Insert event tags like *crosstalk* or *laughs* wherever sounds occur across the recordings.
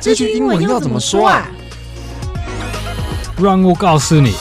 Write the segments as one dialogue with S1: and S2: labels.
S1: 这句英文要怎么说啊？
S2: 让我告诉你。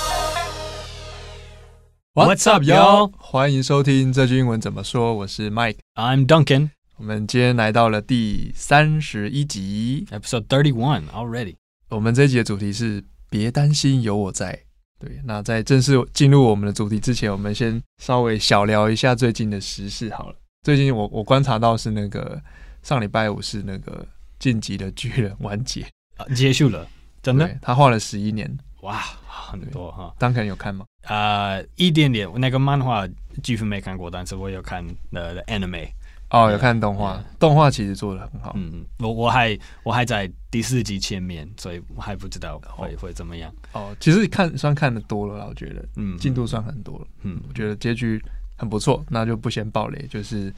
S3: What's up, yo？欢迎收听这句英文怎么说，我是 Mike。
S2: I'm Duncan.
S3: 我们今天来到了第三十一集，
S2: Episode 31 already.
S3: 我们这一集的主题是“别担心，有我在”。对，那在正式进入我们的主题之前，我们先稍微小聊一下最近的时事好了。最近我我观察到是那个上礼拜五是那个晋级的巨人完结，
S2: 啊结束了，真的
S3: 对他画了十一年，
S2: 哇，很多哈。
S3: 当肯有看吗？
S2: 呃，一点点，我那个漫画几乎没看过，但是我有看呃 the anime。
S3: 哦，有看动画，动画其实做的很好。
S2: 嗯嗯，我我还我还在第四集前面，所以我还不知道会会怎么样。
S3: 哦，其实看算看的多了啦，我觉得
S2: 嗯，
S3: 进度算很多了。
S2: 嗯
S3: 我觉得结局很不错，那就不先爆雷。就是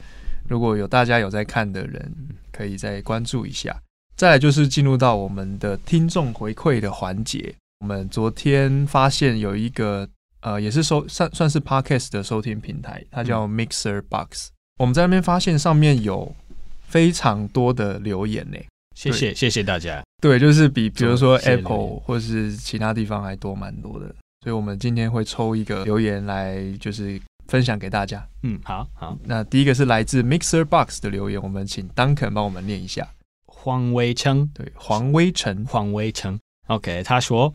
S3: 如果有大家有在看的人，可以再关注一下。再来就是进入到我们的听众回馈的环节。我们昨天发现有一个呃，也是收算算是 podcast 的收听平台，它叫 Mixer Box。我们在那边发现上面有非常多的留言呢、
S2: 谢谢谢谢大家。
S3: 对，就是比比如说
S2: 谢谢留言
S3: Apple 或是其他地方还多蛮多的，所以我们今天会抽一个留言来，就是分享给大家。
S2: 嗯，好好。
S3: 那第一个是来自 Mixer Box 的留言，我们请 Duncan 帮我们念一下。
S2: 黄维称
S3: 对，黄威成，
S2: 黄威成。OK，他说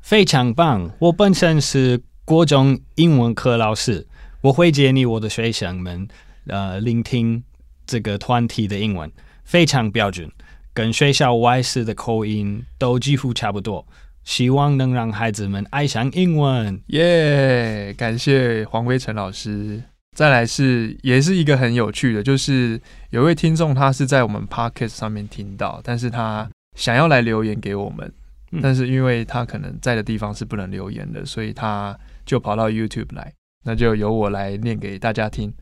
S2: 非常棒。我本身是国中英文课老师，我会建议我的学生们呃聆听这个团体的英文，非常标准，跟学校外事的口音都几乎差不多。希望能让孩子们爱上英文。
S3: 耶、感谢黄威成老师。再来是也是一个很有趣的，就是有一位听众他是在我们 Podcast 上面听到，但是他想要来留言给我们，
S2: 嗯
S3: 但是因为他可能在的地方是不能留言的，所以他就跑到 YouTube 来，那就由我来念给大家听。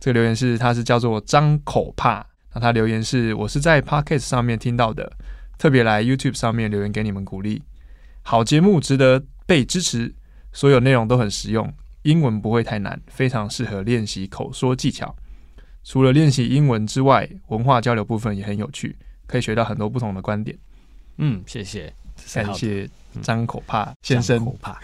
S3: 这个留言是他是叫做张口怕，那他留言是我是在 Podcast 上面听到的，特别来 YouTube 上面留言给你们鼓励，好节目值得被支持，所有内容都很实用，英文不会太难，非常适合练习口说技巧。除了练习英文之外，文化交流部分也很有趣，可以学到很多不同的观点。
S2: 嗯，谢谢，这是
S3: 感
S2: 好的
S3: 谢张口帕先
S2: 讲
S3: 生
S2: 口。怕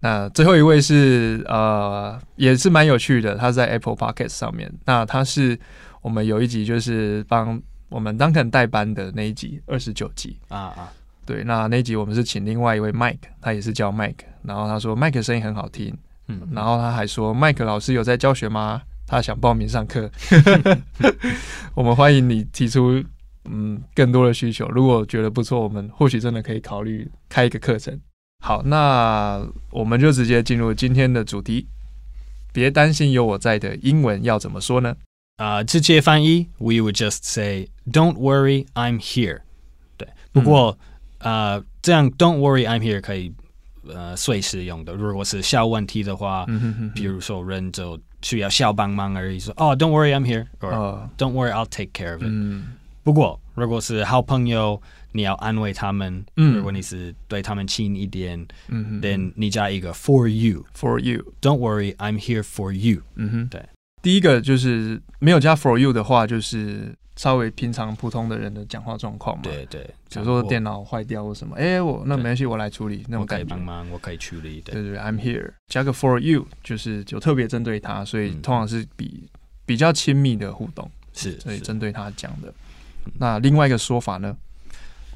S3: 那最后一位是呃，也是蛮有趣的，他在 Apple Podcast 上面。那他是我们有一集就是帮我们 Duncan 代班的那一集，二十九集。
S2: 啊啊，
S3: 对，那那一集我们是请另外一位 Mike，他也是叫 Mike，然后他说 Mike 的声音很好听，
S2: 嗯，
S3: 然后他还说，Mike 老师有在教学吗？他想报名上 *laughs* 课。我们欢迎你提出嗯更多的需求，如果觉得不错，我们或许真的可以考虑开一个课程。好，那我们就直接进入今天的主题。别担心，有我在的英文要怎么说呢？
S2: 呃，Uh, 直接翻译，we would just say "Don't worry, I'm here." 对，不过、呃，这样 "Don't worry, I'm here" 可以呃随时用的。如果是小问题的话，
S3: 嗯哼哼
S2: 比如说人就需要小帮忙而已，说哦、d o n t worry, I'm here，
S3: 哼，
S2: or、
S3: 呃，
S2: Don't worry, I'll take care of it、
S3: Oh。嗯
S2: 不过如果是好朋友，你要安慰他们。
S3: 嗯
S2: 如果你是对他们亲一点、
S3: 嗯哼
S2: then 你加一个 "for you."
S3: for you，
S2: Don't worry, I'm here for you.
S3: 嗯哼，
S2: 对。
S3: 第一个就是没有加 for you 的话，就是稍微平常普通的人的讲话状况嘛。
S2: 对对，
S3: 比如说
S2: 我
S3: 电脑坏掉或什么，哎、我那没关系，我来处理那
S2: 我
S3: 种
S2: 可以
S3: 感觉
S2: 帮。忙，我可以处理。对
S3: 对对对，I'm here，加个 for you，就是有特别针对他，所以
S2: 嗯
S3: 通常是比、比较亲密的互动，
S2: 是，
S3: 所以
S2: 是
S3: 针对他讲的。那另外一个说法呢？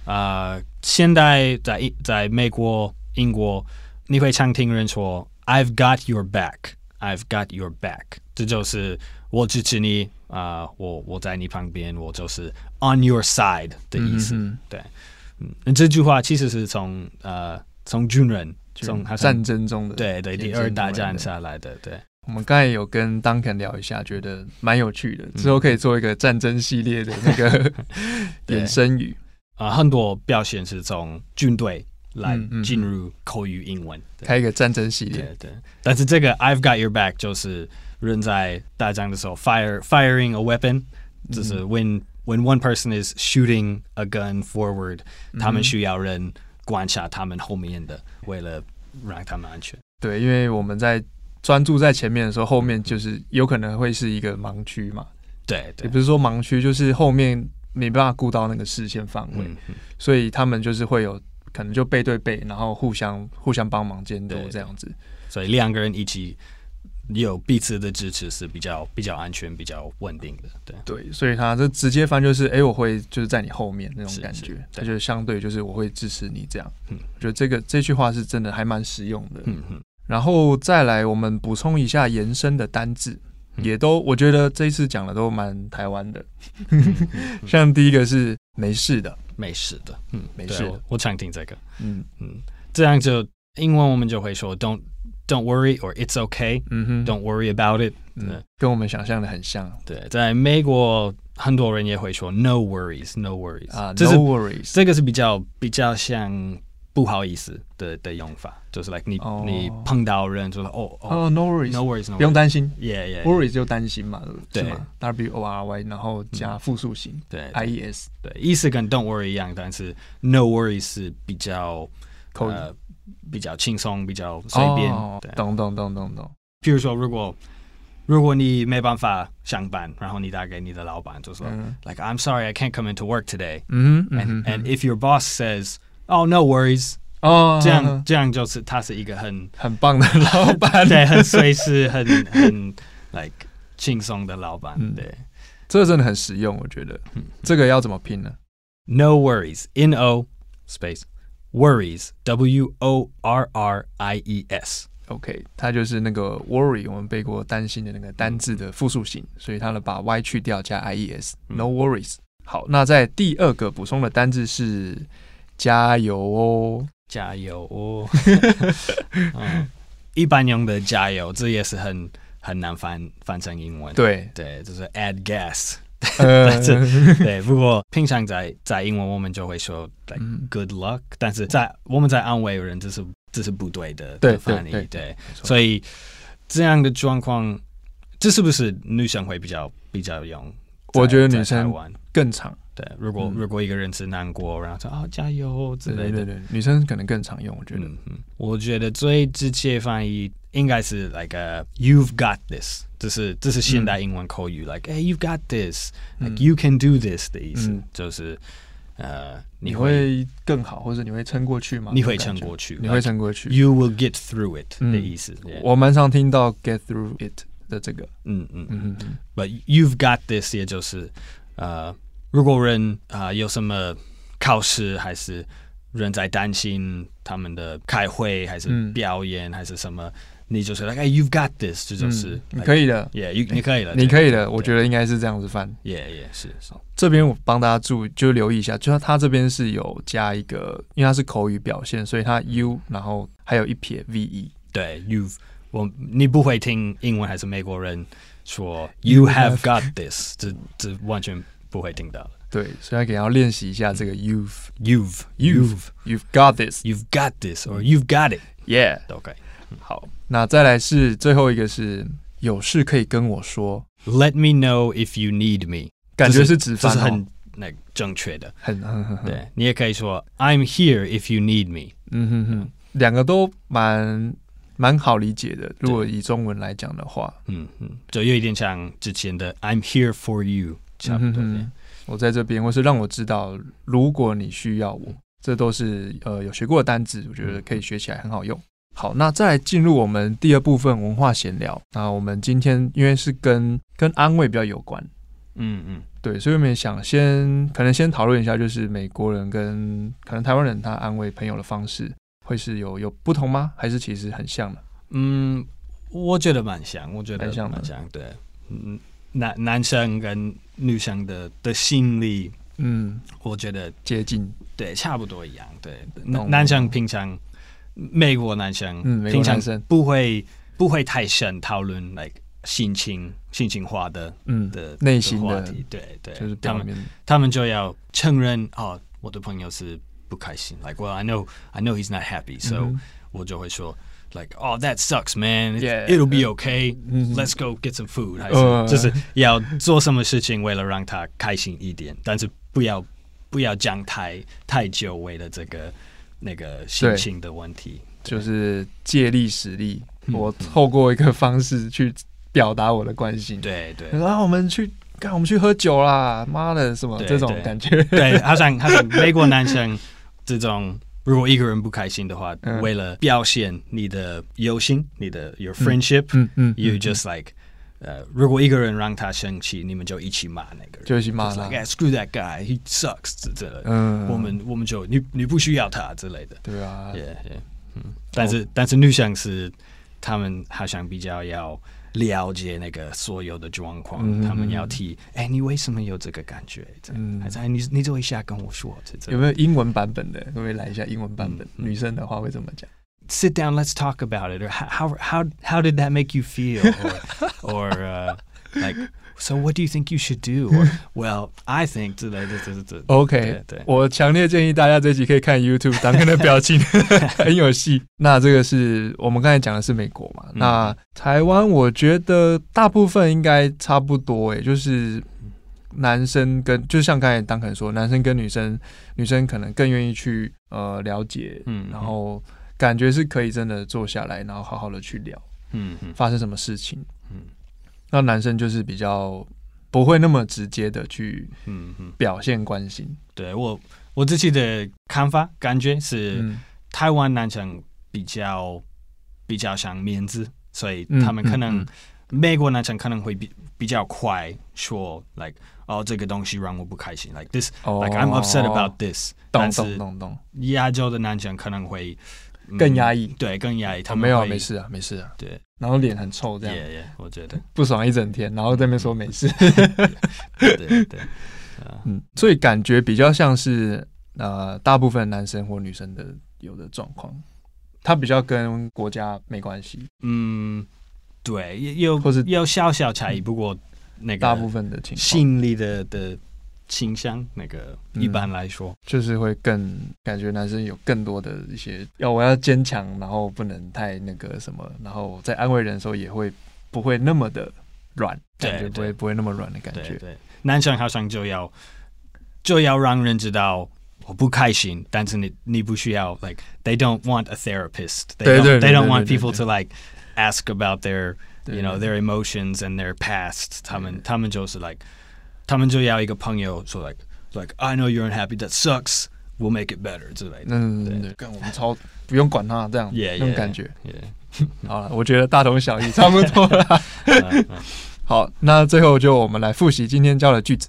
S2: 啊、现在在英在美国、英国，你会常听人说 "I've got your back, I've got your back"，这就是我支持你啊、我我在你旁边，我就是 on your side 的意思。
S3: 嗯
S2: 嗯这句话其实是从呃从军人
S3: 哼
S2: 从
S3: 哼
S2: 好
S3: 就
S2: 像
S3: 战争中的。，
S2: 对对第
S3: 衍生
S2: 二
S3: 出
S2: 大
S3: 来
S2: 战
S3: 的
S2: 下来的，对，
S3: 我们刚才有跟 Duncan 聊一下，觉得蛮有趣
S2: 嗯
S3: 的，之后可以做一个战争系列的
S2: *laughs*
S3: 那个
S2: 对
S3: 衍生语。
S2: 啊、很多表现是从军队来
S3: 嗯嗯
S2: 进入口语英文。对
S3: 开一个战争系列，
S2: 对对，但是这个 I've got your back 就是人在打仗的时候 fire firing a weapon，就是 when when one person is shooting a gun forward，、他们需要人观察他们后面的，为了让他们安全。
S3: 对，因为我们在专注在前面的时候，后面就是有可能会是一个盲区嘛，
S2: 对对
S3: 也不是说盲区，就是后面没办法顾到那个视线范围，
S2: 嗯，嗯
S3: 所以他们就是会有可能就背对背，然后互相互相帮忙监督
S2: 对
S3: 这样子。
S2: 所以两个人一起有彼此的支持是比较比较安全、比较稳定的。对，
S3: 对，所以他这直接翻就是，哎、我会就是在你后面那种
S2: 是
S3: 感
S2: 是
S3: 觉，
S2: 对
S3: 他就是相对就是我会支持你这样。
S2: 嗯
S3: 我觉得这个这句话是真的还蛮实用的。
S2: 嗯嗯，
S3: 然后再来，我们补充一下延伸的单字，
S2: 嗯
S3: 也都我觉得这一次讲的都蛮台湾的。
S2: 嗯
S3: *laughs* 像第一个是没事的，
S2: 没事的，嗯，
S3: 没
S2: 对
S3: 事
S2: 我
S3: 的
S2: 我常听这个，
S3: 嗯
S2: 嗯，这样就英文我们就会说 don't don't worry or it's okay，don't
S3: 嗯哼，
S2: worry about it。
S3: 嗯，跟我们想象的很像
S2: 对，在美国很多人也会说 no worries，no worries，
S3: 啊。
S2: 这是
S3: Uh, no worries，
S2: 这个是比较比较像不好意思的的用法，就是 like 你、
S3: 哦
S2: 你碰到人就是哦哦、
S3: 哦
S2: no
S3: ，no worries，
S2: worries，no
S3: 不用担心
S2: yeah yeah
S3: ，worry 就担心嘛，
S2: 对嗯
S3: 是吗？W O R Y，然后加复数形
S2: 对
S3: I E S，
S2: 对，意思跟 don't worry 一样，但是 no worry 是比较
S3: 口语
S2: 呃比较轻松，比较随便。
S3: 哦
S2: 对，
S3: 懂懂懂懂懂，
S2: 譬如说，如果如果你没办法上班，然后你打给你的老板，就说、
S3: 嗯
S2: like I'm sorry I can't come into work today，and、
S3: 嗯哼
S2: and
S3: 嗯哼
S2: if your boss says oh no worries，、
S3: 哦，
S2: 这
S3: 嗯
S2: 样
S3: 哼
S2: 这样就是他是一个很
S3: 很棒的老板，
S2: *laughs* 对，很随时，很很 *laughs* like 轻松的老板。
S3: *laughs* 嗯
S2: 对嗯
S3: 这个真的很实用，我觉得这个要怎么拼呢？
S2: ，No worries, N O space worries, W O R R I E S。
S3: OK，它就是那个 worry，我们背过担心的那个单字的复数形，
S2: 嗯
S3: 所以它的把 y 去掉加 i e s，no worries。好，那在第二个补充的单字是加油哦，
S2: 加油
S3: *laughs*
S2: 哦！嗯，一般用的加油，这也是很很难翻翻成英文。
S3: 对，
S2: 对，就是 add gas。
S3: 呃，
S2: *laughs* 这对，不过平常在在英文我们就会说 like
S3: 嗯
S2: good luck，但是在我们在安慰人，这是这是不对的
S3: 对
S2: 的翻译，
S3: 对对错
S2: 所以这样的状况，这是不是女生会比较比较用？
S3: 我
S2: 在
S3: 觉得
S2: 在
S3: 女生
S2: 台湾
S3: 更长，
S2: 对，如果、
S3: 嗯
S2: 如果一个人是难过，然后说啊加油之
S3: 对
S2: 类
S3: 对
S2: 的，
S3: 对对，女生可能更常用，我觉得。
S2: 嗯嗯，我觉得最直接翻译应该是 like a, you've got this，这是这是现代英文口语、l i k e hey you've got this，like、
S3: 嗯
S2: you can do this 的意思，
S3: 嗯
S2: 就是呃
S3: 你
S2: 你会
S3: 会更好，或者你会撑过去吗？
S2: 你会
S3: 这
S2: 撑
S3: 种感觉
S2: 过去，
S3: 你会
S2: like
S3: 撑过去。
S2: You will get through it
S3: 嗯
S2: 的意思。yeah
S3: 我蛮常听到 get through it 的这个，
S2: 嗯嗯嗯
S3: 嗯嗯
S2: ，But you've got this，也就是呃，如果人啊、呃有什么考试，还是人在担心他们的开会，还是
S3: 嗯
S2: 表演，还是什么，你就是 like、hey, you've got this，这
S3: 嗯，
S2: 就是、
S3: 你可
S2: 以
S3: 以的，
S2: ，Yeah，you, 你可以了，
S3: 你可以的，
S2: 对
S3: 我觉得应该是这样子翻。
S2: ，Yeah Yeah 是是，
S3: 这边我帮大家注就留意一下，就是它这边是有加一个，因为它是口语表现，所以它 u 然后还有一撇 v e。
S2: 对，you've 我你不会听英文还是美国人说 you have got this，这这完全不会听到的
S3: 对，所以他给要练习一下
S2: 嗯
S3: 这个 you've
S2: ，you've
S3: You've you've got this
S2: you've got this or you've got it
S3: yeah。
S2: 都可以。
S3: 好，那再来是最后一个是有事可以跟我说，
S2: Let me know if you need me，
S3: 感觉
S2: 这
S3: 是
S2: 这
S3: 直翻、
S2: 是
S3: 哦，
S2: 很那个正确的。
S3: 很很很很
S2: 对你也可以说 I'm here if you need me。
S3: 嗯哼哼，两个都蛮蛮好理解的。如果以中文来讲的话，
S2: 嗯嗯，就有一点像之前的 I'm here for you 差不
S3: 嗯
S2: 多。
S3: 哼
S2: 对
S3: 哼我在这边，或是让我知道，如果你需要我，这都是呃有学过的单字，我觉得可以学起来很好用。好，那再来进入我们第二部分文化闲聊。那我们今天因为是跟跟安慰比较有关，
S2: 嗯嗯
S3: 对，所以我们也想先可能先讨论一下，就是美国人跟可能台湾人他安慰朋友的方式会是有有不同吗？还是其实很像的？
S2: 嗯，我觉得蛮像，我觉得
S3: 蛮像的
S2: 蛮像。对，嗯，男男生跟女生的的心理，
S3: 嗯，
S2: 我觉得
S3: 接近。
S2: 对差不多一样。对，
S3: 懂
S2: 男男生平常美国男生，
S3: 嗯，美国
S2: 平常
S3: 男生。
S2: 不会不会太深讨论 like 心情心情化的
S3: 嗯，
S2: 的
S3: 内心
S2: 的话
S3: 的
S2: 题，对对，
S3: 就是
S2: 他
S3: 表
S2: 们
S3: 面。
S2: 他们就要承认哦，我的朋友是不开心，like well I know I know he's not happy, so、
S3: 嗯哼
S2: 我就会说 like oh that sucks man, It's-
S3: Yeah,
S2: it'll be okay,
S3: 嗯
S2: let's go get some food，还是、
S3: 呃
S2: 就是要做什么事情为了让他开心一点，但是不要不要讲太太久，为了这个那个心
S3: 对
S2: 情的问题，
S3: 就是借力使力，
S2: 嗯
S3: 我透过一个方式去表达我的关心。，啊
S2: 对对
S3: 然后我们去干，我们去喝酒啦，妈的，什么
S2: 对
S3: 这种
S2: 对
S3: 感觉？ *laughs*
S2: 对，他想他想美国男生这种，如果一个人不开心的话，
S3: 嗯
S2: 为了表现你的友情，你的 your friendship，、
S3: 嗯嗯
S2: you
S3: 嗯
S2: just like，呃，如果一个人让他生气，你们就一起骂那个人，
S3: 就一起骂
S2: It's
S3: 他
S2: like, "Hey, screw that guy, he sucks 之之类的。
S3: 嗯，
S2: 我们我们就你你不需要他之类的。
S3: 对啊
S2: y，e 嗯，但是但是女生是他们好像比较要了解那个所有的状况，
S3: 嗯
S2: 他们要替哎、你为什么有这个感觉？这样
S3: 嗯
S2: 还是哎你你做一下跟我说，这这
S3: 有没有英文版本的？可不可以来一下英文版本？
S2: 嗯嗯
S3: 女生的话会怎么讲？
S2: sit down, let's talk about it, or how how how did that make you feel, or or uh, *laughs* like so what do you think you should do,
S3: *laughs*
S2: or well I think 之类的这这这
S3: OK，
S2: 对对
S3: 我强烈建议大家这集可以看 YouTube 当天的表情， *laughs* 很有戏。那这个是我们刚才讲的是美国嘛？
S2: 嗯
S3: 那台湾我觉得大部分应该差不多、诶，就是男生跟就像刚才当肯说，男生跟女生，女生可能更愿意去呃了解，
S2: 嗯
S3: 然后感觉是可以真的坐下来，然后好好的去聊
S2: 嗯嗯
S3: 发生什么事情。
S2: 嗯
S3: 那男生就是比较不会那么直接的去
S2: 嗯嗯，
S3: 表现关心，
S2: 对我我自己的看法感觉是。
S3: 嗯。
S2: 台湾男生比较比较想面子，所以
S3: 嗯
S2: 他们可
S3: 嗯
S2: 能、
S3: 嗯
S2: 美国男生可能会比比较快说，like 哦这个东西让我不开心，like this，like、
S3: 哦
S2: I'm upset about this。
S3: 懂
S2: 但
S3: 懂
S2: 是
S3: 懂懂，
S2: 亚洲的男生可能会、嗯
S3: 更压抑。
S2: 对，更压抑。他
S3: 哦，
S2: 们
S3: 没有啊，
S2: 会
S3: 没。事啊，没事啊。
S2: 对，
S3: 然后脸很臭，这样
S2: 也也，我觉得，
S3: 不爽一整天，然后在那边说没事。
S2: 对对 *laughs* 对，呃
S3: 嗯， *laughs* 所以感觉比较像是呃，大部分男生或女生的有的状况，他比较跟国家没关系，
S2: 嗯，对，也有
S3: 或是
S2: 有小小差异，不过那个
S3: 大部分的情况
S2: 心理的的倾向，那个一
S3: 嗯
S2: 般来说，
S3: 就是会更感觉男生有更多的一些要我要坚强，然后不能太那个什么，然后在安慰人的时候也会不会那么的软，感
S2: 对
S3: 觉不会
S2: 对
S3: 不会那么软的感
S2: 对
S3: 觉。
S2: 对，男生好像就要就要让人知道我不开心，但是你你不需要 like they don't want a therapist. They
S3: 对
S2: don't,
S3: 对对
S2: they don't
S3: 对
S2: want
S3: 对
S2: people to
S3: 对
S2: like ask about their
S3: 对
S2: you know
S3: 对
S2: their emotions and their past. 他们
S3: 对
S2: 他们就是 like 他们就要一个朋友说 like like I know you're unhappy. That sucks. We'll make it better 之类的。
S3: 嗯，
S2: 对
S3: 对，干我们超不用管他这样
S2: Yeah,
S3: 那种
S2: yeah,
S3: 感觉。
S2: Yeah.
S3: 好了，我觉得大同小异，差不多了。
S2: *laughs* 嗯
S3: 好，那最后就我们来复习今天教的句子。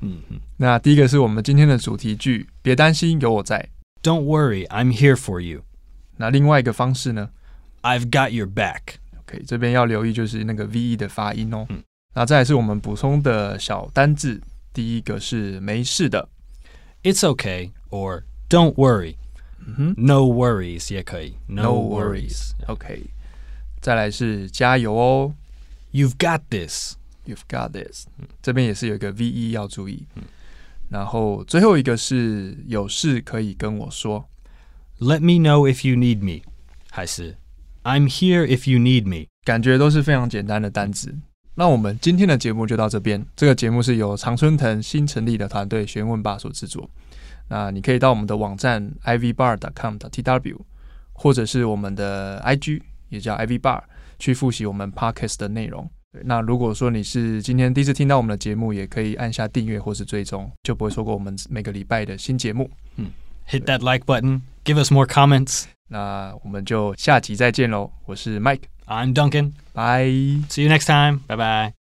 S2: 嗯嗯
S3: 那第一个是我们今天的主题句“别担心，有我在
S2: Don't worry, I'm here for you. ”。
S3: 那另外一个方式呢
S2: I've got your back.
S3: ？OK，这边要留意就是那个 VE 的发音哦。
S2: 嗯
S3: 那再来是我们补充的小单字，第一个是“没事的
S2: It's okay or don't worry. ”。
S3: 嗯哼
S2: No worries 也可以。No,
S3: No
S2: worries.
S3: ，OK。再来是“加油哦
S2: You've got this.
S3: ，You've got this”。这边也是有一个 VE 要注意。然后最后一个是“有事可以跟我说”。
S2: Let me know if you need me. 还是 I'm here if you need me.
S3: 感觉都是非常简单的单词。那我们今天的节目就到这边。这个节目是由常春藤新成立的团队学问吧所制作。那你可以到我们的网站 ivbar.com.tw，或者是我们的 IG 也叫 ivbar 去复习我们 podcast 的内容。对那如果说你是今天第一次听到我们的节目，也可以按下订阅或是追踪，就不会错过我们每个礼拜的新节目。
S2: Hit that like button. Give us more comments.
S3: 那我们就下集再见喽！我是 Mike，
S2: I'm Duncan.
S3: 拜。
S2: See you next time. Bye bye.